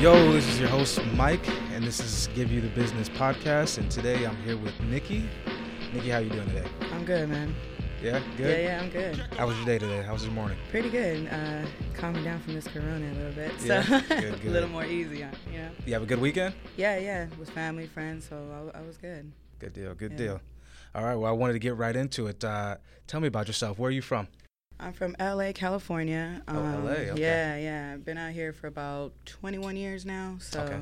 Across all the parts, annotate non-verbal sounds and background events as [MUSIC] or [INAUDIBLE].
Yo, this is your host Mike, and this is Give You the Business podcast. And today I'm here with Nikki. Nikki, how you doing today? I'm good, man. Yeah, Yeah, good. yeah, I'm good. How was your day today? How was your morning? Pretty good. Uh, calming down from this corona a little bit, so [LAUGHS] Yeah, good, good. a little more easy, uh, you know. You have a good weekend. Yeah, yeah, with family, friends, so I, I was good. Good deal. Good Yeah. deal. All right. Well, I wanted to get right into it. Uh, tell me about yourself. Where are you from? I'm from LA, California. Um, Oh, LA, okay. Yeah, yeah. I've been out here for about 21 years now, so Okay.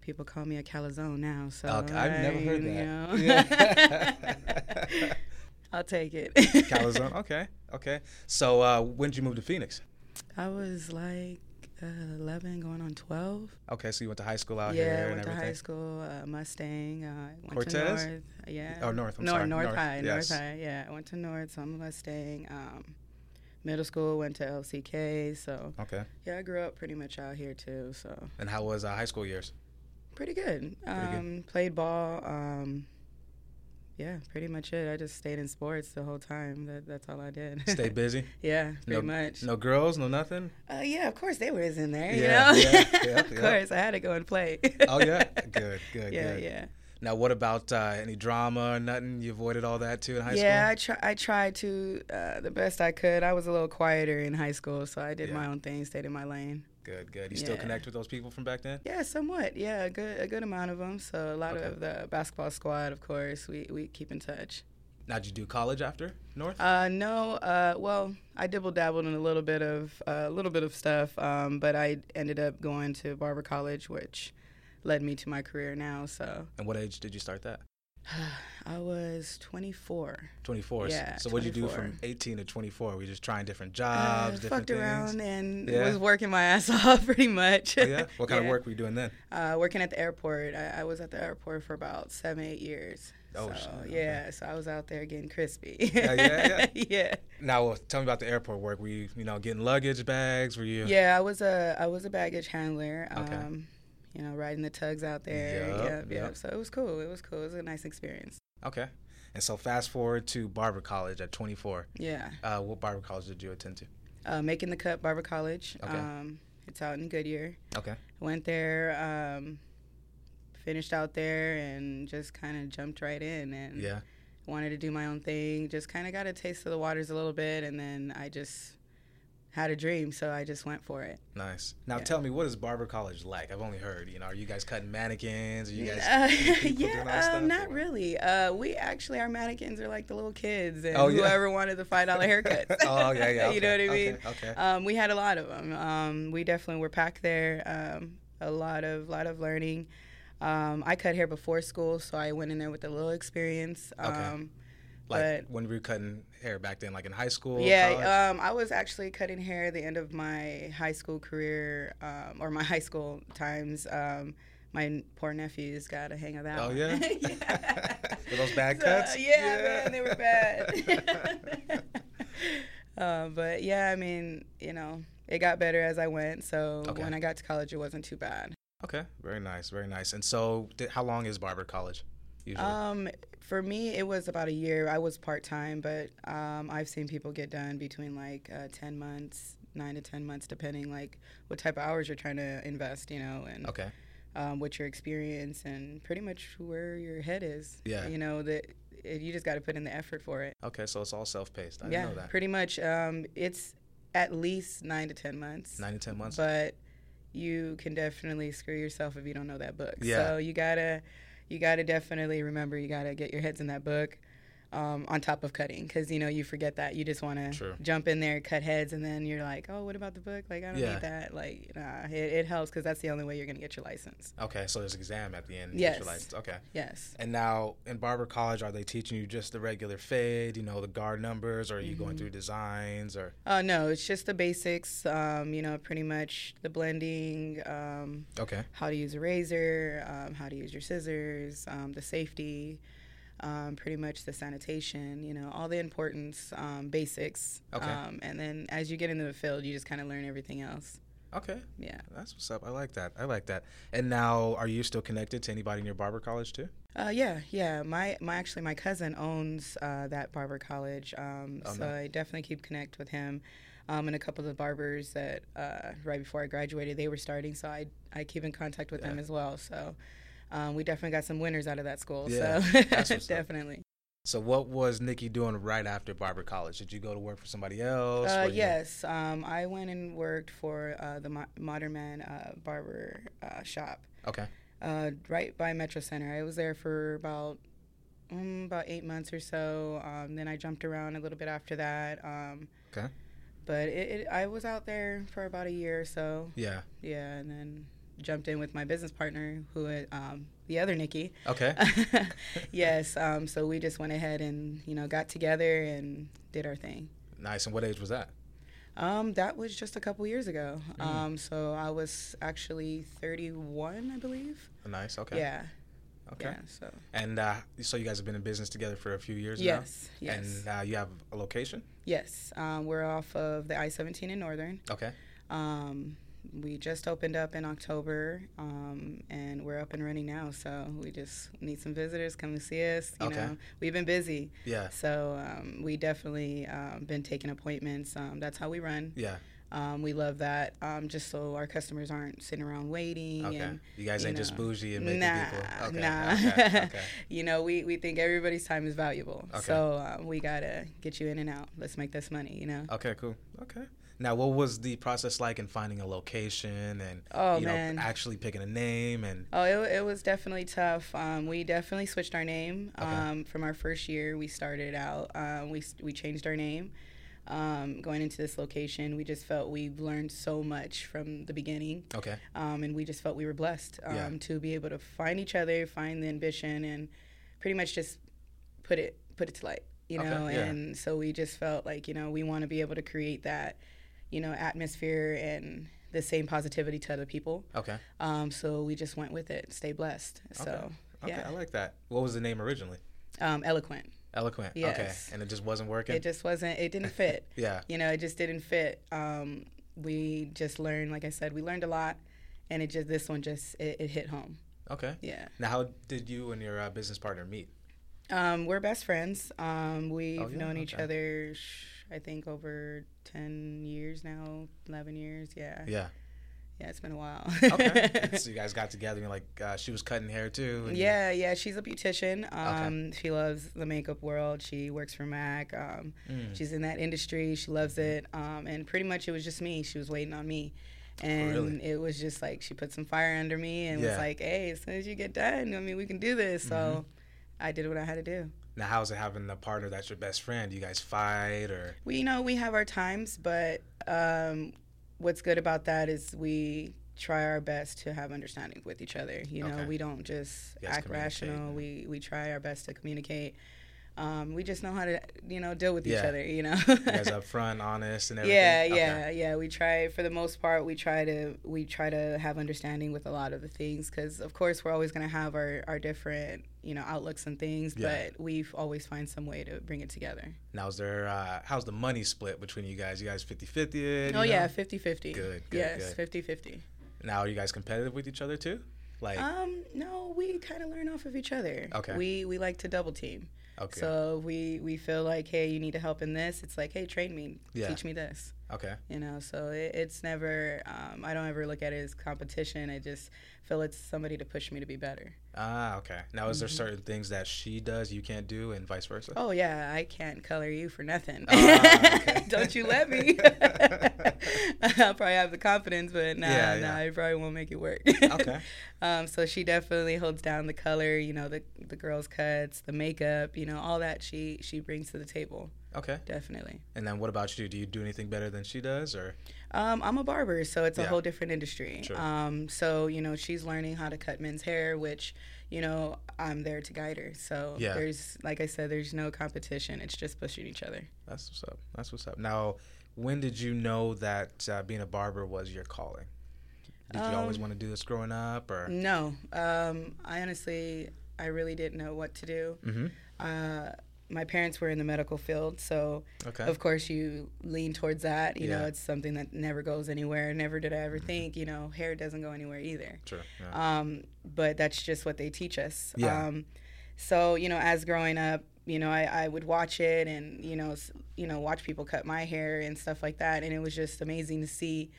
people call me a calzone now. So Okay, I've never I, heard you that. know. [LAUGHS] [LAUGHS] Yeah. I'll take it. Calzone. Okay. Okay. So uh, when did you move to Phoenix? [LAUGHS] I was like uh, 11, going on 12. Okay. So you went to high school out yeah, here I and went to everything. high school, uh, Mustang. Uh, went To Cortez? North, yeah. Oh, North, I'm North, sorry. North, North, High. yes. North High. Yeah, I went to North, so I'm a Mustang. Um, middle school went to LCK, so Okay. yeah, I grew up pretty much out here too. So And how was uh, high school years? pretty good. Um, good. Played ball. Um, yeah, pretty much it. I just stayed in sports the whole time. That, that's all I did. [LAUGHS] Stayed busy. yeah, pretty no, much. No girls. No nothing. Uh, yeah, of course they was in there. Yeah, you know? yeah, yeah, [LAUGHS] of yeah. course, I had to go and play. Oh [LAUGHS] yeah. Good. Good. yeah, good. yeah. Now, what about uh, any drama or nothing? You avoided all that too in high yeah, school? I try. I tried to uh, the best I could. I was a little quieter in high school, so I did Yeah. my own thing, stayed in my lane. Good, good. You still Yeah. connect with those people from back then? Yeah, somewhat. Yeah, a good a good amount of them. So a lot Okay. of the basketball squad, of course, we we keep in touch. Now, did you do college after North? Uh, no, uh, well, I dibble dabbled in a little bit of uh, a little bit of stuff, um, but I ended up going to Barber College, which led me to my career now. So and what age did you start that? I was 24. 24. Yeah, so, what did you do from 24. 18 to 24? Were you just trying different Uh, jobs, Ah, different fucked things? around and Yeah. was working my [LAUGHS] ass off pretty much. Oh, [LAUGHS] yeah? What kind of Yeah. work were you doing then? uh, working at the airport. I, I was at the airport for about seven, eight years. Oh, so, shit, okay. yeah. So I was out there getting crispy. Yeah, yeah, yeah. [LAUGHS] yeah. Now, uh, tell me about the airport work. Were you, you know, getting luggage bags? Were you? I was a I was a baggage handler. Okay. Um, you know, riding the tugs out there. Yup, Yep, yep. yup. So it was cool. It was cool. It was a nice experience. Okay. And so, fast forward to Barber College at 24. Yeah. Uh, what Barber College did you attend to? Uh, making the cut, Barber College. Okay. Um, it's out in Goodyear. Okay. Went there. Um, finished out there and just kind of jumped right in and Yeah. wanted to do my own thing just kind of got a taste of the waters a little bit and then i just had a dream so i just went for it Nice. Now, Yeah. tell me, what is Barber College like? I've only heard, you know, are you guys cutting mannequins? Are you [LAUGHS] guys. Uh, people doing all this yeah stuff, um, not or- really uh, we actually our mannequins are like the little kids and Oh, yeah. whoever wanted the five [LAUGHS] dollar haircuts oh, yeah, yeah. [LAUGHS] you know what okay, i mean Okay. okay. um, we had a lot of them um, we definitely were packed there um, a lot of lot of learning um, i cut hair before school so i went in there with a little experience Okay. um, like But- when we were cutting hair back then, like in high school. college? Yeah, um, I was actually cutting hair at the end of my high school career um, or my [LAUGHS] high school times. Um, my n- poor nephews got a hang of that. Oh, one. [LAUGHS] yeah? Were those bad cuts? Yeah, Yeah. man, they were [LAUGHS] bad. [LAUGHS] uh, but yeah, I mean, you know, it got better as I went. So Okay. when I got to college, it wasn't too bad. okay, very nice, very nice. And so, di- how long is barber college usually? Um, for me, it was about a year. I was part time, but um, I've seen people get done between like uh, ten months, nine to ten months, depending like what type of hours you're trying to invest, you know, and okay, um, what your experience and pretty much where your head is. Yeah. you know that it, you just got to put in the effort for it. okay, so it's all self-paced. I yeah, didn't know that. pretty much. Um, it's at least nine to ten months, Nine to ten months. but you can definitely screw yourself if you don't know that book. Yeah. So you gotta, you gotta definitely remember you gotta get your heads in that book. Um, on top of cutting, because you know you forget that you just want True. to jump in there, cut heads, and then you're like, oh, what about the book? Like I don't Yeah. need that. Like nah, it, it helps because that's the only way you're gonna get your license. okay, so there's an exam at the end. you Yes. visualize- Okay. Yes. And now in barber college, are they teaching you just the regular fade? You know, the guard numbers, or are you going Mm-hmm. through designs? Or Uh, no, it's just the basics. Um, you know, pretty much the blending. Um, okay, how to use a razor, um, how to use your scissors, um, the safety, um, pretty much the sanitation, you know, all the importance, um, basics. Okay. Um, and then as you get into the field, you just kind of learn everything else. Okay. Yeah. That's what's up. I like that. I like that. And now, are you still connected to anybody in your barber college too? Uh, yeah, yeah. My, my actually, my cousin owns uh, that barber college, um, Oh, so I definitely keep connect with him. Um, and a couple of the barbers that uh, right before I graduated, they were starting, so I I keep in contact with them as well. So um, we definitely got some winners out of that school. Yeah, so that's what's up. [LAUGHS] definitely. So, what was Nikki doing right after barber college? Did you go to work for somebody else? Uh, Were you- yes, um, I went and worked for uh, the Mo- Modern Man uh, Barber uh, Shop Okay. uh, right by Metro Center. I was there for about mm, about eight months or so. Um, then I jumped around a little bit after that. Um, Okay. But it, it, I was out there for about a year or so. Yeah. Yeah, and then jumped in with my business partner, who had, um, the [LAUGHS] other Nikki. [LAUGHS] Okay. yes. Um, so we just went ahead and you know got together and did our thing. nice. And what age was that? Um, that was just a couple years ago. Mm. Um, so I was actually 31, I believe. Nice. Okay. Yeah. Okay. Yeah. So And uh, so you guys have been in business together for a few years now. yes, yes, And uh, you have a location. yes. Um, we're off of the I-17 in Northern. Okay. Um, we just opened up in October, um, and we're up and running now. So we just need some visitors come and see us. You Okay. know, we've been busy, Yeah. so um, we definitely um, been taking appointments. Um, that's how we run. Yeah. Um, we love that, um, just so our customers aren't sitting around waiting. Okay. And, You guys you ain't just know, bougie and making nah, people. Okay. nah. [LAUGHS] Okay. okay. you know, we, we think everybody's time is valuable. Okay. So um, we got to get you in and out. Let's make this money, you know? Okay, cool. Okay. Now, what was the process like in finding a location and Oh, you man. know actually picking a name and Oh, it, it was definitely tough. Um, we definitely switched our name Okay. um, from our first year. We started out, um, we, s- we changed our name. Um, going into this location, we just felt we've learned so much from the beginning. okay, um, and we just felt we were blessed um, Yeah. to be able to find each other, find the ambition, and pretty much just put it put it to light, you Okay, know. yeah. And so we just felt like you know we want to be able to create that, you know, atmosphere and the same positivity to other people. okay, Um, so we just went with it. Stay blessed. So okay. yeah, I like that. What was the name originally? um, eloquent. Eloquent. Yes. Okay, and it just wasn't working. It just wasn't. It didn't fit. [LAUGHS] yeah. you know, it just didn't fit. Um, we just learned, like I said, we learned a lot, and it just this one just it, it hit home. Okay. Yeah. Now, how did you and your uh, business partner [LAUGHS] meet? Um, we're best friends. Um, we've Oh, yeah? known each Okay. other, sh- I think, over 10 years now, 11 years. Yeah. Yeah, Yeah. it's been a while. [LAUGHS] Okay. so you guys got together and like uh, she was cutting hair too. and you- yeah, yeah. She's a beautician. Um, She loves the makeup world. She works for MAC. Um, Mm. She's in that industry. She loves it. Um, and pretty much it was just me. She was waiting on me. And Oh, really? it was just like she put some fire under me and was Yeah. Mm-hmm. like, hey, as soon as you get done, I mean, we can do this. So I did what I had to do. Now, how's it having a partner that's your best friend? Do you guys fight or? We you know we have our times, but um, what's good about that is we try our best to have understanding with each other. You know, Okay. we don't just You guys act communicate. rational. We we try our best to communicate. Um, we just know how to you know deal with each Yeah. other. You know. [LAUGHS] You guys upfront, honest, and everything. Yeah, Okay. yeah, yeah. We try for the most part. We try to we try to have understanding with a lot of the things because, of course, we're always going to have our our different you know outlooks and things, Yeah. but we always find some way to bring it together. Now, is there, uh, how's the money split between you guys? You guys 50 50? Oh yeah, 50-50. Good, good, Yes, good. 50-50. Now, are you guys competitive with each other too? Like, Um, no, we kind of learn off of each other. Okay. We we like to double team. okay, So if we we feel like, hey, you need to help in this. It's like, hey, train me, Yeah. teach me this. okay, You know, so it, it's never. Um, I don't ever look at it as competition. I just feel it's somebody to push me to be better. ah, okay. Now, is there certain things that she does you can't do, and vice versa? Mm-hmm. Oh yeah, I can't color you for nothing. Ah, okay. [LAUGHS] don't you let [LAUGHS] me. I'll probably have the confidence, but nah, Yeah, yeah. nah, I probably won't make it work. Okay, Um, so she definitely holds down the color, you know, the the girls' cuts, the makeup, you know, all that she she brings to the table, okay. definitely. And then, what about you? Do you do anything better than she does, or Um, I'm a barber, so it's a Yeah. whole different industry. Sure. Um, so you know, she's learning how to cut men's hair, which you know I'm there to guide her. So Yeah. there's, like I said, there's no competition. It's just pushing each other. that's what's up? That's what's up. Now, when did you know that uh, being a barber was your calling? Did you always Um, want to do this growing up, or No, um, I honestly, I really didn't know what to do. Mhm. Uh, my parents were in the medical field, so Okay. of course you lean towards that. You know, Yeah. Mm-hmm. it's something that never goes anywhere. Never did I ever think, you know, hair doesn't go anywhere either. Sure. Yeah. Um, but that's just what they teach us. Yeah. Um, so you know, as growing up, you know, I, I would watch it and you know, s- you know, watch people cut my hair and stuff like that, and it was just amazing to see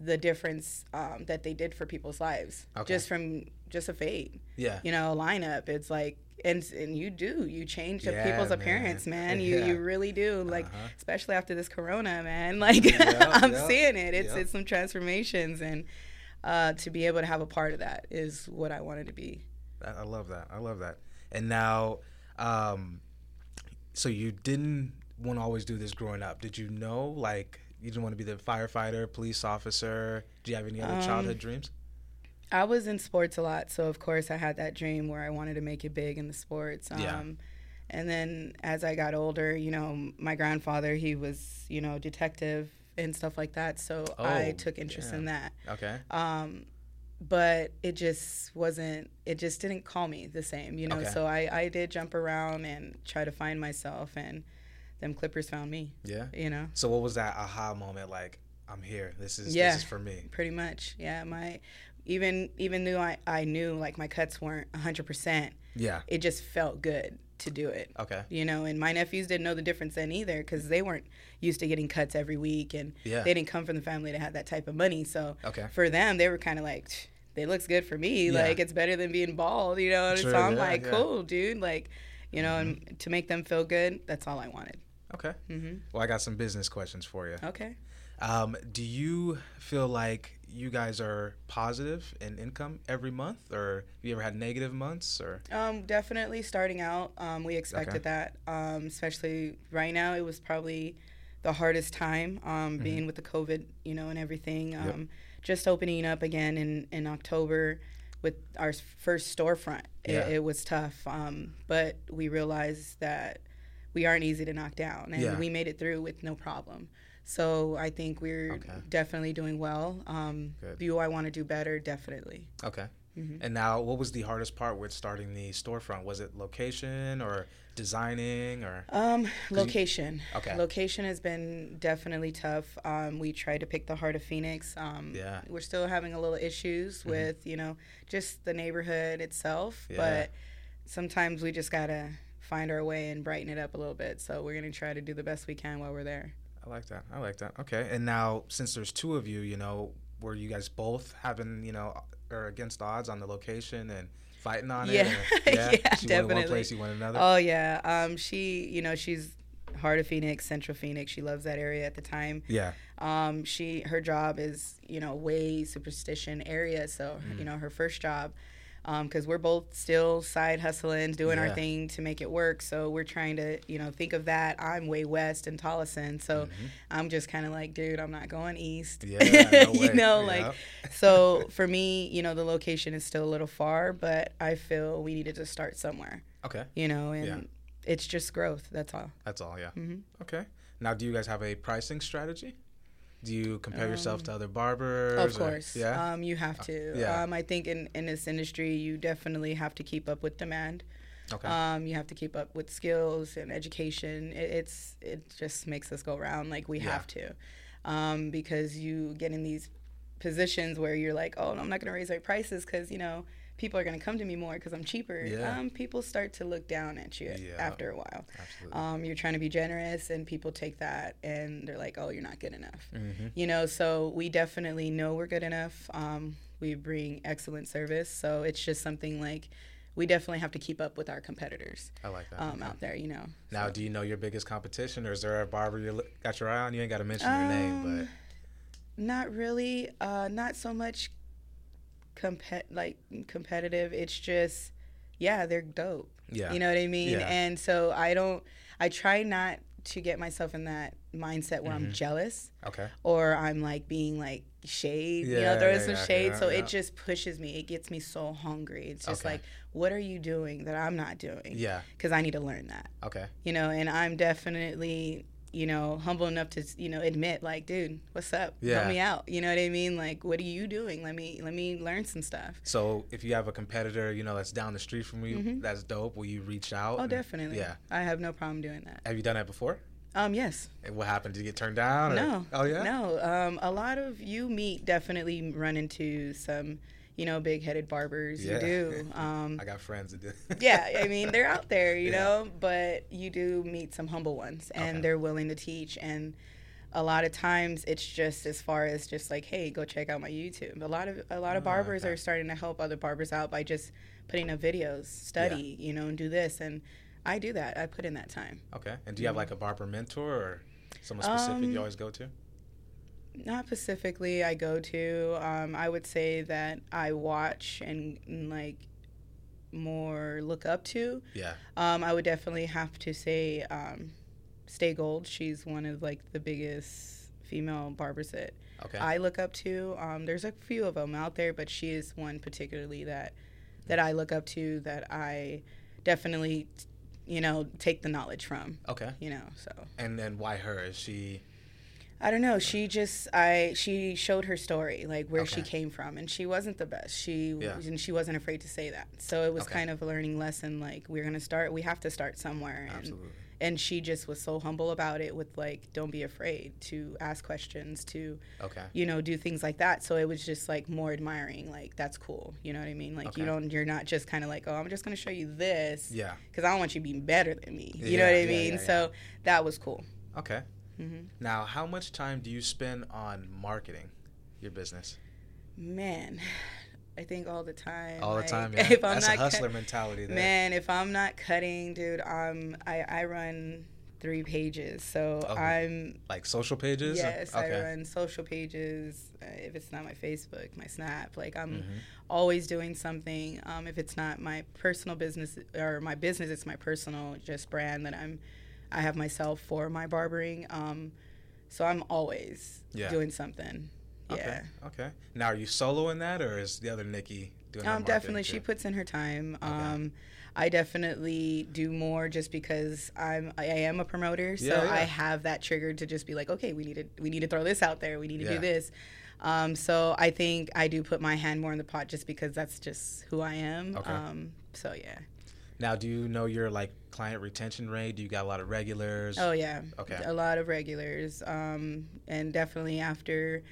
the difference um, that they did for people's lives Okay. just from just a fade yeah. you know lineup it's like and and you do you change the Yeah, people's man. [LAUGHS] appearance man you Yeah. you really do like Uh-huh. especially after this corona man [LAUGHS] like Yeah, i'm yeah, seeing it it's yeah. it's some transformations and uh to be able to have a part of that is what i wanted to be I, I love that. I love that. And now, um, so you didn't want to always do this growing up. Did you know, like, you didn't want to be the firefighter, police officer? Do you have any other Um, childhood dreams? I was in sports a lot, so of course I had that dream where I wanted to make it big in the sports. Um, Yeah. And then as I got older, you know, my grandfather he was you know detective and stuff like that, so I Oh, took interest yeah. in that. Okay. Um, but it just wasn't. It just didn't call me the same, you know. Okay. So I I did jump around and try to find myself, and them Clippers found me, Yeah. you know. So what was that aha moment like? I'm here. This is Yeah. this is for me. pretty much yeah my even even though i, I knew like my cuts weren't 100% Yeah. it just felt good to do it Okay. you know and my nephews didn't know the difference then either because they weren't used to getting cuts every week and Yeah. they didn't come from the family that had that type of money so Okay. for them they were kind of like "Tch, they looks good for me Yeah. like it's better than being bald you know and True, so i'm yeah, like yeah. Mm-hmm. cool dude like you know and to make them feel good that's all i wanted Okay. hmm Well, I got some business questions for you. okay Um, do you feel like you guys are positive in income every month, or have you ever had negative months? Or Um, definitely starting out, um, we expected that. Um, especially right now, it was probably the hardest time um, being with the COVID, you know, and everything. Um, Mm-hmm. Yep. Just opening up again in, in October with our s- first storefront, Yeah. it, it was tough. Um, but we realized that we aren't easy to knock down, and Yeah. we made it through with no problem. So I think we're Okay. definitely doing well. Um, Good. do I want to do better? Definitely. okay. Mhm. And now, what was the hardest part with starting the storefront? Was it location or designing or Um, location. Okay. Location has been definitely tough. Um, we tried to pick the heart of Phoenix. Um, Yeah. Mm-hmm. We're still having a little issues with you know just the neighborhood itself, Yeah. but sometimes we just gotta find our way and brighten it up a little bit. So we're gonna try to do the best we can while we're there. I like that. I like that. Okay. And now, since there's two of you, you know, were you guys both having, you know, or against odds on the location and fighting on [LAUGHS] Yeah. it? Or, Yeah, she wanted one definitely. place, you wanted another. Oh yeah. Um, she you know she's heart of Phoenix, Central Phoenix. She loves that area at the time. yeah. Um, she her job is you know way superstition area, so Mm. you know her first job, because we're both still side hustling, doing Yeah. our thing to make it work. So we're trying to you know think of that. I'm way west in Tolleson, so [LAUGHS] I'm just kind of like, dude, I'm not going east. Mm. Mm-hmm. Yeah. No [LAUGHS] you way. know, Yeah. like so for me, you know, the location is still a little far, but I feel we needed to start somewhere. Okay. You know, and Yeah. it's just growth. That's all. That's all. Yeah. Mhm. Okay. Now, do you guys have a pricing strategy? Do you compare yourself to other barbers? Um, Of or- course. yeah. Uh, Um, you have to. yeah. Um, I think in, in this industry, you definitely have to keep up with demand. okay. Um, you have to keep up with skills and education. It, it's it just makes us go around. Like we Yeah. have to, um, because you get in these positions where you're like, oh, no, I'm not going to raise my prices because you know people are going to come to me more because I'm cheaper. Yeah. Um, people start to look down at you Yeah. after a while. Absolutely. Um, you're trying to be generous, and people take that and they're like, oh, you're not good enough hmm you know so we definitely know we're good enough um, we bring excellent service so it's just something like we definitely have to keep up with our competitors I like that. um, Okay. out there you know Now, do you know your biggest competition, or is there a barber you li- got your eye on? You ain't got to mention their name, Um, not really uh, not so much compet like competitive it's just yeah they're dope but yeah. you know what i mean Yeah. and so i don't i try not to get myself in that mindset where Mm-hmm. i'm jealous okay. or I'm like being like shade, you Yeah, know, throwing yeah, some yeah, shade. yeah, so yeah. it just pushes me. It gets me so hungry. It's just Okay. like, what are you doing that I'm not doing? Yeah. Because I need to learn that, Okay. you know, and I'm definitely you know, humble enough to you know admit like, dude, what's up? Yeah. Help me out. You know what I mean? Like, what are you doing? Let me let me learn some stuff. So if you have a competitor, you know, that's down the street from you, Mhm. that's dope. Will you reach out? Oh, and- definitely. Yeah. I have no problem doing that. Have you done that before? Um, yes. And what happened? Did you get turned down? or- No. Oh yeah. No. Um, a lot of you meet definitely run into some, you know, big headed barbers. Yeah. [LAUGHS] You do. Um, I got friends [LAUGHS] that do. yeah, I mean, they're out there, you Yeah. know, but you do meet some humble ones and Okay. they're willing to teach. And a lot of times it's just as far as just like, hey, go check out my YouTube. A lot of a lot of Ah, barbers okay. are starting to help other barbers out by just putting up videos, study, you know, and do this. And I do that. I put in that time. Okay. And do you have like a barber mentor or someone specific you Um, always go to? Not specifically I go to. Um, I would say that I watch and, and like more look up to. Yeah. Um, I would definitely have to say um, Stay Gold. She's one of like the biggest female barbers that Okay. I look up to. Um, there's a few of them out there, but she is one particularly that that I look up to that I definitely, you know, take the knowledge from. okay. You know, so And then why her? Is she? I don't know. She just I she showed her story, like where she Okay. came from, and she wasn't the best. She Yeah. and she wasn't afraid to say that. So it was Okay. kind of a learning lesson. Like we're gonna start. We have to start somewhere. And Absolutely. and she just was so humble about it with like don't be afraid to ask questions to Okay. you know do things like that so it was just like more admiring like that's cool you know what i mean like Okay. you don't you're not just kind of like oh i'm just going to show you this Yeah. because i want you being better than me you Yeah, know what i yeah, mean yeah, so that was cool Okay. hmm Now, how much time do you spend on marketing your business? man i think all the time All the like, [LAUGHS] time. Yeah. if i'm That's not a cut- hustler mentality. There. man if i'm not cutting dude um i i run three pages so Oh. i'm Like social pages. Yes, I Okay. run social pages. Uh, if it's not my Facebook, my Snap, like I'm Mhm. always doing something. Um, if it's not my personal business or my business, it's my personal just brand that I'm. I have myself for my barbering. Um, so I'm always Yeah. doing something. Okay. Yeah. Okay. Now, are you soloing that, or is the other Nikki doing? that Um, marketing definitely, too? she puts in her time. Okay. Um, I definitely do more just because I'm I am a promoter, so Yeah, yeah. I have that trigger to just be like, okay, we need to we need to throw this out there, we need to Yeah. do this. Um, so I think I do put my hand more in the pot just because that's just who I am. Okay. Um, so yeah, Now, do you know your like client retention rate? Do you got a lot of regulars? oh yeah, Okay. a lot of regulars, um, and definitely after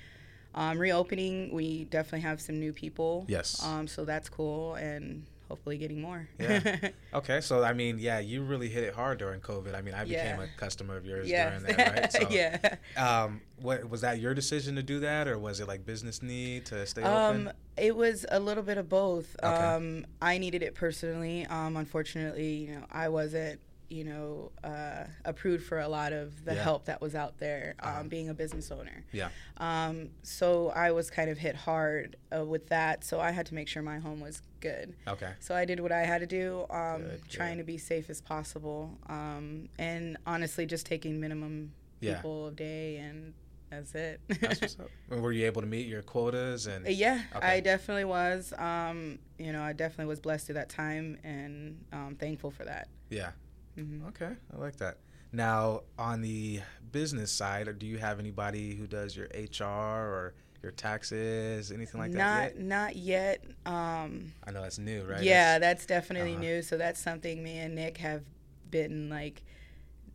um, reopening, we definitely have some new people. Yes. Um, so that's cool, and hopefully getting more. [LAUGHS] Yeah. Okay, so I mean, yeah, you really hit it hard during COVID. I mean, I became Yeah. a customer of yours Yes. during that, [LAUGHS] right? So, yeah. Um, what was that your decision to do that, or was it like business need to stay Um, open? it was a little bit of both. Okay. Um, I needed it personally. Um, unfortunately, you know, I wasn't, you know, uh, approved for a lot of the Yeah. help that was out there. Um, Uh-huh. being a business owner. Yeah. Um, so I was kind of hit hard uh, with that. So I had to make sure my home was good. Okay, So I did what I had to do, um, Good, trying to be safe as possible, um, and honestly, just taking minimum Yeah. people a day, and that's it. that's [LAUGHS] what's up. And were you able to meet your quotas? And Uh, yeah, Okay. I definitely was. Um, you know, I definitely was blessed through that time, and um, thankful for that. yeah, hmm okay, I like that. Now, on the business side, do you have anybody who does your HR or your taxes, anything like that? not Yet? not yet. Um, I know that's new, right? Yeah, that's, definitely uh-huh. new. So that's something me and Nick have been like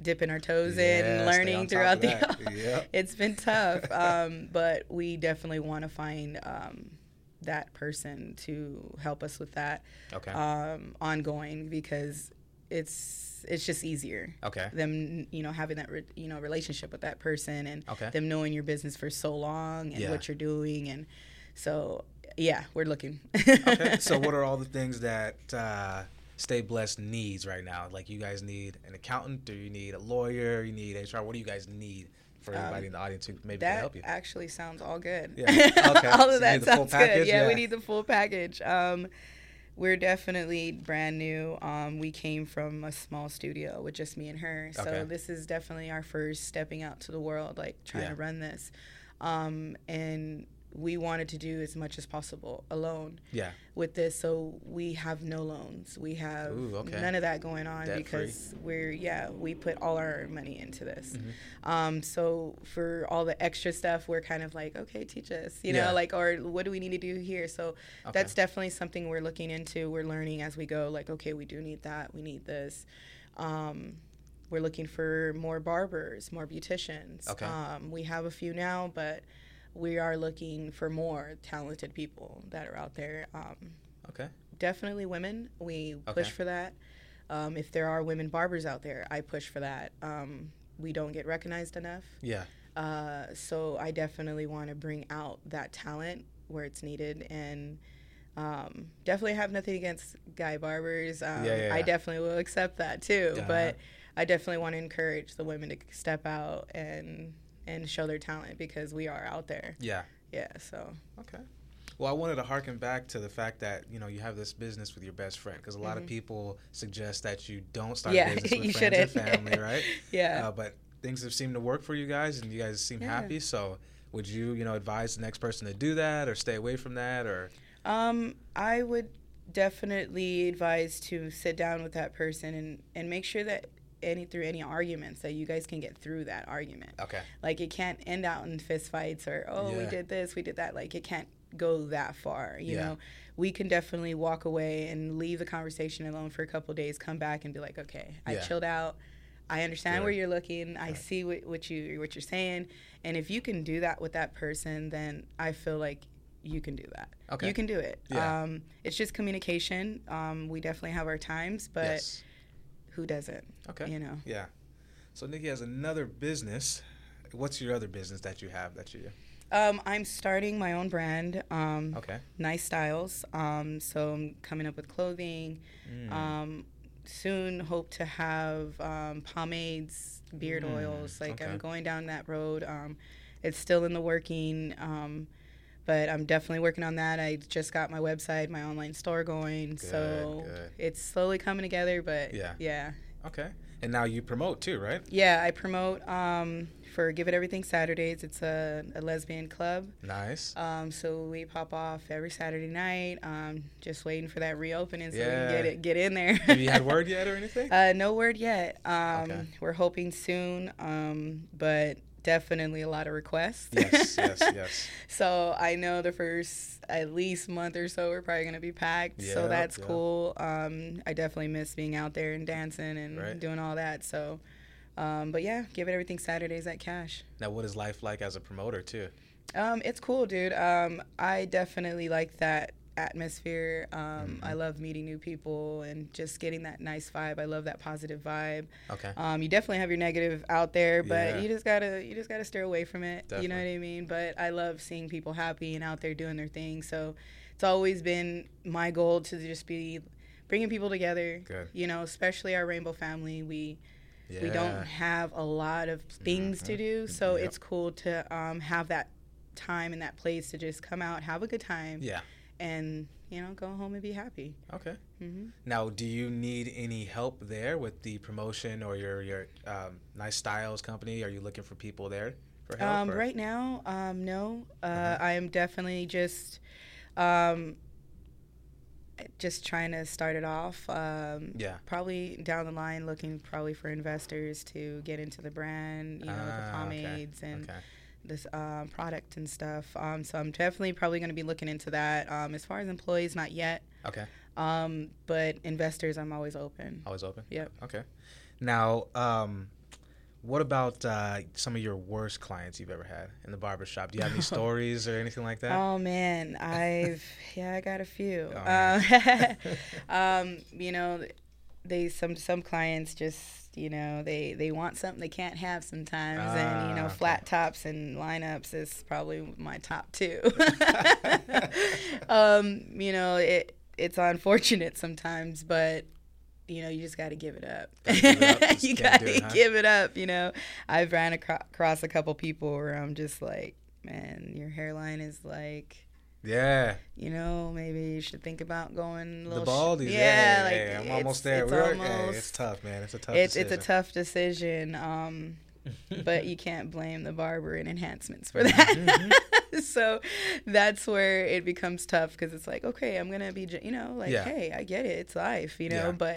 dipping our toes in Yeah, and stay learning on throughout top of the. that. Yep. [LAUGHS] It's been tough, um, but we definitely want to find um, that person to help us with that That's- okay, um, ongoing because it's it's just easier okay, them you know having that re- you know relationship with that person and okay. [LAUGHS] them knowing your business for so long and Yeah. what you're doing and so yeah we're looking okay. So [LAUGHS] what are all the things that uh, Stay Blessed needs right now? Like you guys need an accountant, or you need a lawyer, you need HR. What do you guys need for Um, anybody in the audience who maybe can That help you? actually sounds all good. Yeah. Okay. [LAUGHS] all So of you that need the full sounds package? good. Yeah, Yeah. we need the full package. Um, we're definitely brand new. Um, we came from a small studio with just me and her. So Okay. this is definitely our first stepping out to the world, like trying Yeah. to run this. Um, and we wanted to do as much as possible alone Yeah. with this so we have no loans we have Ooh, okay. none of that going on Debt-free. because we're yeah we put all our money into this Mm-hmm. um, so for all the extra stuff we're kind of like okay teach us you Yeah. know like or what do we need to do here so Okay. that's definitely something we're looking into we're learning as we go like okay we do need that we need this um, we're looking for more barbers more beauticians Okay. um, we have a few now but we are looking for more talented people that are out there um, okay. definitely women. We Okay. push for that. Um, if there are women barbers out there, I push for that. Um, we don't get recognized enough. Yeah. Uh, so I definitely want to bring out that talent where it's needed and um, definitely have nothing against guy barbers. Yeah, Um, yeah, I yeah. Uh-huh. definitely will accept that too. Yeah. But I definitely want to encourage the women to step out and and show their talent because we are out there. Yeah. Yeah, so Okay. Well, I wanted to harken back to the fact that you know you have this business with your best friend because a lot of people suggest that you don't start Mm-hmm. Yeah, a business with [LAUGHS] you friends or shouldn't. family, right? [LAUGHS] yeah. Uh, but things have seemed to work for you guys, and you guys seem Yeah. happy. So, would you you know advise the next person to do that or stay away from that or Um, I would definitely advise to sit down with that person and, and make sure that any through any arguments that you guys can get through that argument. okay? Like it can't end out in fistfights or oh we Yeah. did this, we did that. Like it can't go that far, you Yeah. know. We can definitely walk away and leave the conversation alone for a couple days, come back and be like, Okay, I Yeah. chilled out. I understand Good. where you're looking. I Right. see what, what you what you're saying. And if you can do that with that person, then I feel like you can do that. Okay. You can do it. Yeah. Um, it's just communication. Um, we definitely have our times, but yes. who doesn't? Okay. You know. Yeah. So Nikki has another business. What's your other business that you have that you Um, I'm starting my own brand, um, okay? Nice Styles. Um, so I'm coming up with clothing. Mm. Um, soon, hope to have um, pomades, beard Mm, oils. Like okay. I'm going down that road. Um, it's still in the working. Um, but I'm definitely working on that. I just got my website, my online store going, so Good, good. it's slowly coming together. But Yeah. yeah, okay. And now you promote too, right? Yeah, I promote um, for Give It Everything Saturdays. It's a, a lesbian club. [LAUGHS] Nice. Um, so we pop off every Saturday night. Um, just waiting for that reopening so we Yeah. can get it get in there. have you had word yet or anything? [LAUGHS] Uh, no word yet. Um, Okay. We're hoping soon, um, but definitely a lot of requests. yes, yes, yes. So I know the first at least month or so we're probably gonna be packed. Yeah, so that's yeah. cool. Um, I definitely miss being out there and dancing and Right. doing all that. So, um, but yeah, give it everything Saturdays at Cash. Now, what is life like as a promoter too? Um, it's cool, dude. Um, I definitely like that atmosphere. Um, I love meeting new people and just getting that nice vibe. I love that positive vibe. Okay. Um, you definitely have your negative out there, but Yeah. you just gotta you just gotta steer away from it. You know what I mean? But I love seeing people happy and out there doing their thing. So it's always been my goal to just be bringing people together. Good. You know, especially our rainbow family. We Yeah. Mm-hmm. we don't have a lot of things to do, so Yep. it's cool to um, have that time and that place to just come out, have a good time, Yeah. and you know, go home and be happy. Okay. hmm Now, do you need any help there with the promotion or your your um, nice styles company? Are you looking for people there for Uh-huh. help? Um, or- right now, um, no. Uh, I am definitely just um, just trying to start it off. Um, Yeah. Probably down the line, looking probably for investors to get into the brand, you know, the Ah, okay, pomades and Okay. this um, product and stuff. Um, so I'm definitely probably going to be looking into that. Um, as far as employees, not yet. Okay. Um, but investors, I'm always open. Always open. Yep. Okay. Now, um, what about uh, some of your worst clients you've ever had in the barber shop? Do you have [LAUGHS] any stories or anything like that? Oh man, I've yeah, I got a few. Oh, um, [LAUGHS] um, you know, they some some clients just you know they they want something they can't have sometimes, and you Ah, know okay. flat tops and lineups is probably my top two. [LAUGHS] [LAUGHS] um, you know it it's unfortunate sometimes, but. You know, you just got to give it up. Gotta give [LAUGHS] it up, just you can't got do to it, huh? give it up. You know, I've ran acro- across a couple people where I'm just like, man, your hairline is like [LAUGHS] yeah. you know, maybe you should think about going The a little sh- baldies. yeah, Yeah. like yeah, I'm almost it's- there. It's We're, almost, yeah, it's tough, man. It's a tough it's, it's decision. a tough [LAUGHS] Mm-hmm, decision. Um, but you can't blame the barber and enhancements for that. [LAUGHS] so that's where it becomes tough because it's like, okay, I'm gonna be, you know, like, Yeah. hey, I get it, it's life, you know, Yeah. but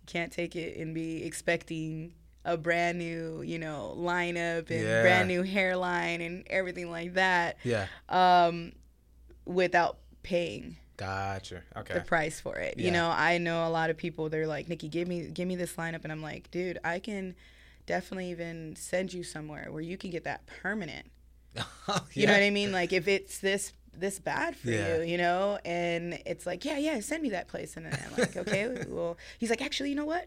you can't take it and be expecting a brand new, you know, lineup and Yeah. brand new hairline and everything like that Yeah. um, without paying Gotcha. the Okay. [LAUGHS] price for it. You Yeah. know, I know a lot of people. They're like, Nikki, give me give me this lineup, and I'm like, dude, I can definitely even send you somewhere where you can get that permanent. Oh, [LAUGHS] You know what I mean? Like if it's this this bad for Yeah. you, you know, and it's like, yeah, yeah, send me that place, and then I'm like, okay, [LAUGHS] well, he's like, actually, you know what?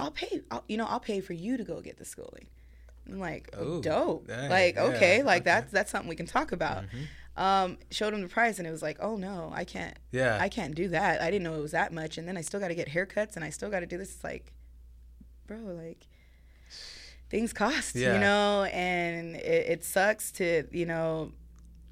I'll pay. I'll, you know, I'll pay for you to go get the schooling. I'm like, Ooh, Oh, dope. dang, like, yeah, okay, okay. like Mm. that's that's something we can talk about. Mm-hmm. Um, showed him the price, and it was like, oh no, I can't. Yeah. I can't do that. I didn't know it was that much. And then I still got to get haircuts and I still got to do this. It's like, bro, like things cost, Yeah. you know, and it, it sucks to, you know,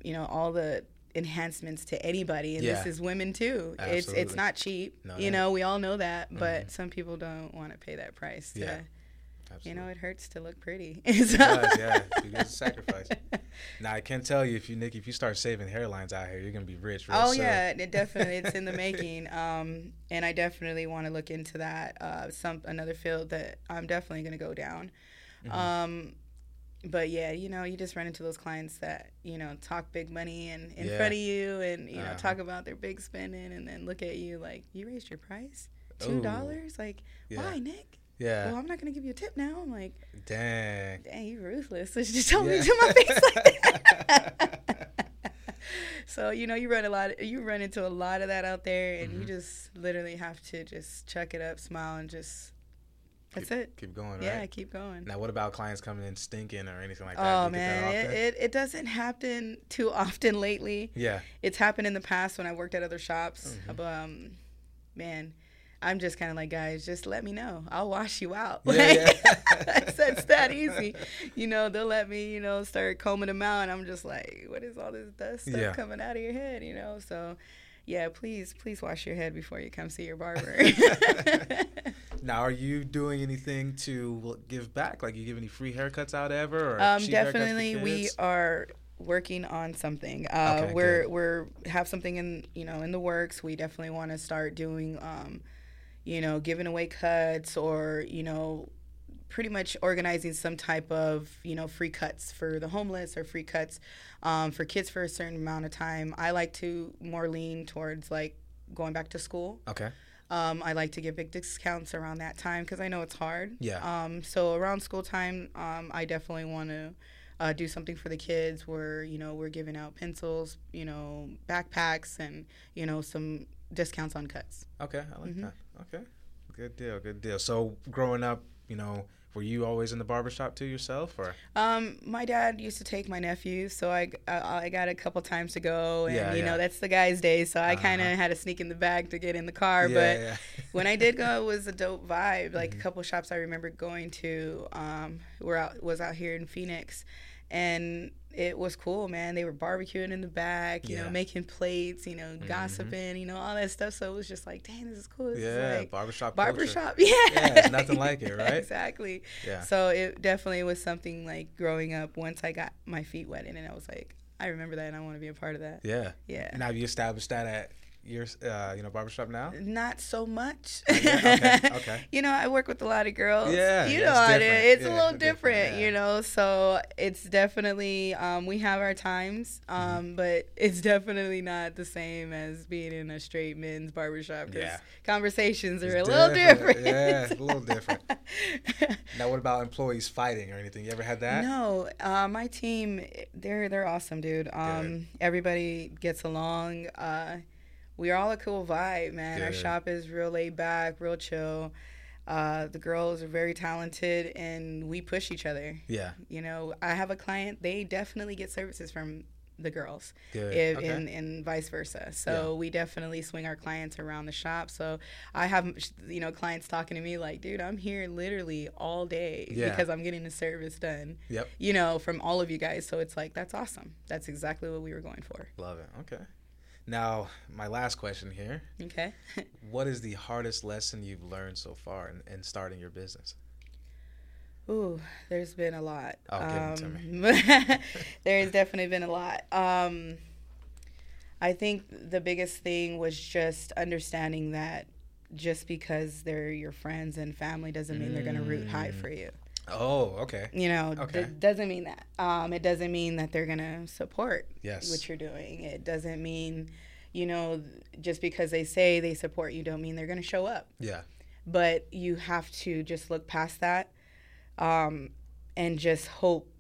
you know, all the enhancements to anybody. And this Yeah. is women too. It's, it's Absolutely. not cheap. No, it you ain't. know, we all know that, but some people don't want to pay that price. To, Yeah, You Absolutely. know, it hurts to look pretty. [LAUGHS] It does, yeah. It is a sacrifice. Now I can tell you, if you Nikki, if you start saving hairlines out here, you're gonna be rich. Real Oh soon. yeah, it definitely it's [LAUGHS] in the making. Um, and I definitely want to look into that. Uh, some another field that I'm definitely going to go down. Mm-hmm. Um, but yeah, you know, you just run into those clients that you know talk big money and in Yeah. front of you, and you know Uh-huh. talk about their big spending, and then look at you like you raised your price two Ooh. dollars. Like Yeah. why, Nick? Yeah. Well, I'm not going to give you a tip now. I'm like, Dang. dang, you ruthless. [LAUGHS] So she just told me Yeah. to my face like [LAUGHS] that. so you know, you run a lot. You run into a lot of that out there, and you Mm-hmm. just literally have to just chuck it up, smile, and just that's it. Keep going. Yeah, Right? keep going. Now what about clients coming in stinking or anything like that? Oh Do you get that man, it, often? it, it doesn't happen too often lately. [LAUGHS] yeah. It's happened in the past when I worked at other shops. Mm-hmm. But, um, man, I'm just kind of like, guys, just let me know. I'll wash you out. Yeah, [LAUGHS] Like, yeah. it's, it's that easy. You know, they'll let me, you know, start combing them out. And I'm just like, what is all this dust stuff Yeah. coming out of your head, you know? So, yeah, please, please wash your head before you come see your barber. [LAUGHS] [LAUGHS] Now, are you doing anything to give back? Like, you give any free haircuts out ever? Or um, cheap haircuts for definitely, we kids? are working on something. Uh, Okay, we're good. we're have something in you know in the works. We definitely want to start doing, um, you know, giving away cuts or you know, pretty much organizing some type of you know free cuts for the homeless or free cuts um, for kids for a certain amount of time. I like to more lean towards like going back to school. Okay. Um, I like to get big discounts around that time because I know it's hard. Yeah. Um, so around school time, um, I definitely want to uh, do something for the kids where you know we're giving out pencils, you know, backpacks, and you know some discounts on cuts. Okay. I Mm-hmm. like that. Okay. Good deal. Good deal. So, growing up, you know, were you always in the barbershop too yourself? Or Um, my dad used to take my nephews, so I, I, I got a couple times to go, and Yeah, you yeah. know that's the guy's day, so I kind of Uh-huh. had to sneak in the bag to get in the car. but yeah. [LAUGHS] [LAUGHS] when I did go, it was a dope vibe. Like Mm-hmm. a couple shops I remember going to um, were out was out here in Phoenix, and it was cool, man. They were barbecuing in the back, you Yeah. Mm-hmm. know, making plates, you know, gossiping, you know, all that stuff. So it was just like, dang, this is cool. This yeah, is like barbershop. culture. barbershop. [LAUGHS] Yeah, Yeah, there's nothing like it, right? exactly. Yeah. So it definitely was something like growing up. Once I got my feet wet in it, I was like, I remember that, and I want to be a part of that. Yeah. Yeah. Now, have you established that at your, uh, you know, barbershop now? Not so much. Oh, yeah? Okay, okay. [LAUGHS] you know, I work with a lot of girls. Yeah, You yeah, know it's how it different. is. It's Yeah, a little it's different, different, yeah. you know. So it's definitely um, we have our times, um, Mm-hmm. but it's definitely not the same as being in a straight men's barbershop because Yeah. conversations are It's a little different. Yeah, it's a little different. [LAUGHS] Now, what about employees fighting or anything? You ever had that? No, uh, my team, they're they're awesome, dude. Um, everybody gets along. Uh, we are all a cool vibe, man. Our Good. shop is real laid back, real chill. Uh, the girls are very talented, and we push each other. Yeah. You know, I have a client; they definitely get services from the girls Good. if, okay. and, and vice versa. So we definitely swing our clients around the shop. So I have, you know, clients talking to me like, dude, I'm here literally all day Yeah. because I'm getting the service done, Yep. you know, from all of you guys. So it's like, that's awesome. That's exactly what we were going for. Love it. Okay. Now, my last question here. Okay. [LAUGHS] What is the hardest lesson you've learned so far in, in starting your business? Ooh, there's been a lot. Oh, give 'em to Um, [LAUGHS] there has definitely been a lot. Um, I think the biggest thing was just understanding that just because they're your friends and family doesn't mean they're going to root high for you. Oh, okay. You know, d- Okay. doesn't mean that. Um, it doesn't mean that they're going to support Yes. what you're doing. It doesn't mean, you know, just because they say they support you, don't mean they're going to show up yeah. but you have to just look past that um, and just hope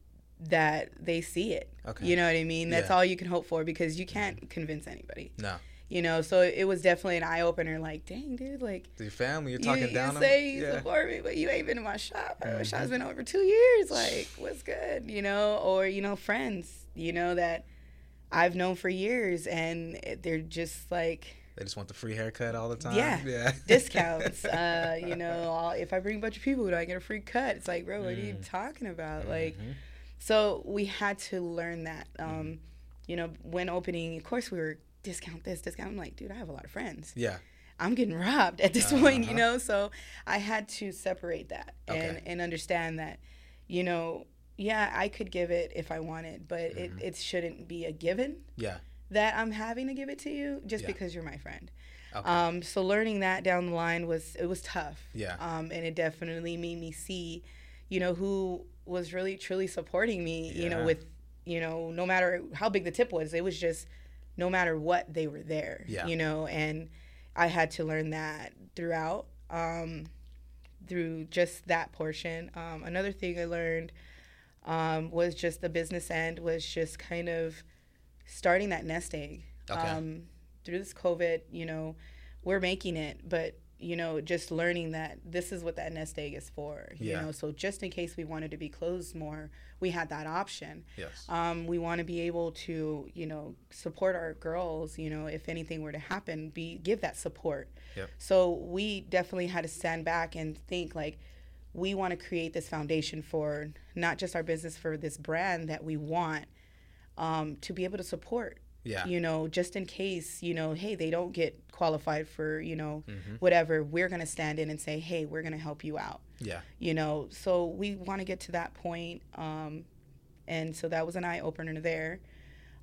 that they see it. Okay. You know what I mean? That's Yeah. all you can hope for because you can't convince anybody. No. You know, so it was definitely an eye opener. Like, dang, dude, like Your family, you're you, talking you down on say you yeah. support me, but you ain't been in my shop. My Mhm. shop's been over two [SIGHS] years. Like, what's good? You know, or you know, friends. You know that I've known for years, and they're just like They just want the free haircut all the time. Yeah. [LAUGHS] Yeah. discounts. [LAUGHS] Uh, you know, I'll, if I bring a bunch of people, do I get a free cut? It's like, bro, what are you Mm. talking about? Like, Mhm. so we had to learn that. Mm. Um, you know, when opening, of course, we were discount this, discount. I'm like, dude, I have a lot of friends. Yeah. I'm getting robbed at this point, you Uh-huh. know. So I had to separate that and Okay. and understand that, you know, yeah, I could give it if I wanted, but it, Mm-hmm. it shouldn't be a given Yeah. that I'm having to give it to you just Yeah. because you're my friend. Okay. Um, so learning that down the line was it was tough. Yeah. Um, and it definitely made me see, you know, who was really truly supporting me. You know, Yeah. with you know, no matter how big the tip was, it was just no matter what they were there. Yeah. You know, and I had to learn that throughout. Um, through just that portion. Um, another thing I learned um, was just the business end was just kind of starting that nest egg. Okay. Um, through this COVID, you know, we're making it, but you know, just learning that this is what that nest egg is for. You Yeah. know, so just in case we wanted to be closed more, we had that option. yes. Um, we want to be able to, you know, support our girls. You know, if anything were to happen, be give that support. Yep. So we definitely had to stand back and think like, we want to create this foundation for not just our business, for this brand that we want um, to be able to support. yeah. You know, just in case, you know, hey, they don't get qualified for, you know, Mhm. whatever. We're gonna stand in and say, hey, we're gonna help you out Yeah. you know so we want to get to that point um, and so that was an eye-opener there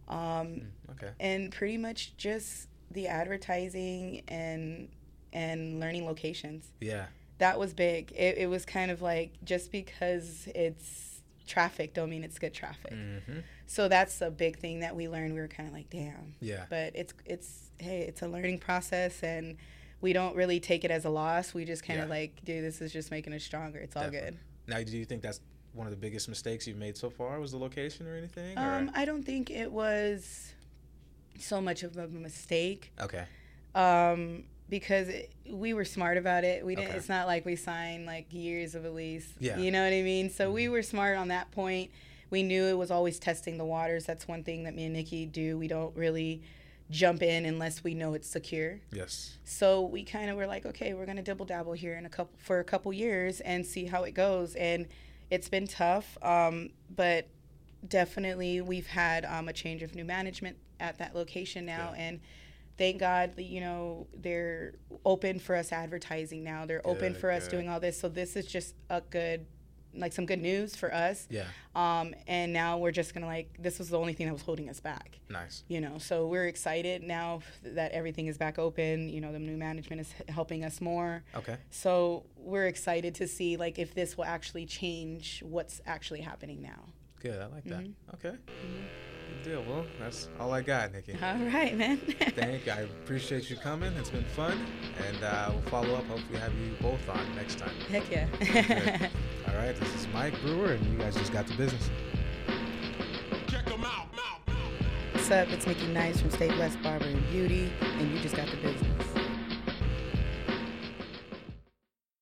um, Mm, Okay. and pretty much just the advertising and and learning locations Yeah. that was big it, it was kind of like just because it's traffic don't mean it's good traffic hmm so that's a big thing that we learned we were kind of like damn Yeah. but it's it's hey it's a learning process and we don't really take it as a loss we just kind of Yeah. like dude this is just making us stronger it's all Definitely. good Now, do you think that's one of the biggest mistakes you've made so far? Was the location or anything? or- Um, I don't think it was so much of a mistake okay. um, because it, we were smart about it. We didn't. Okay. It's not like we signed like years of a lease. Yeah. Mm-hmm. You know what I mean? So we were smart on that point. We knew it was always testing the waters. That's one thing that me and Nikki do. We don't really jump in unless we know it's secure. Yes. So we kind of were like, okay, we're gonna dibble dabble here in a couple for a couple years and see how it goes. And it's been tough, um, but definitely we've had um, a change of new management at that location now, and thank God, that, you know, they're open for us advertising now. They're open Good, for us good. doing all this. So this is just a good, like some good news for us. Yeah. Um, and now we're just gonna like this was the only thing that was holding us back Nice. you know so we're excited now that everything is back open you know the new management is h- helping us more Okay. so we're excited to see like if this will actually change what's actually happening now Good. I like that. Mm-hmm. Okay. Good deal. Well, that's all I got, [LAUGHS] Nikki. all right man Thank you. I appreciate you coming. It's been fun. And uh, we'll follow up. Hopefully, have you both on next time. [LAUGHS] heck [LAUGHS] yeah All right. This is Mike Brewer, and you guys just got the business. Check 'em out. out, out. what's up it's nikki nice from state west barber and beauty and you just got the business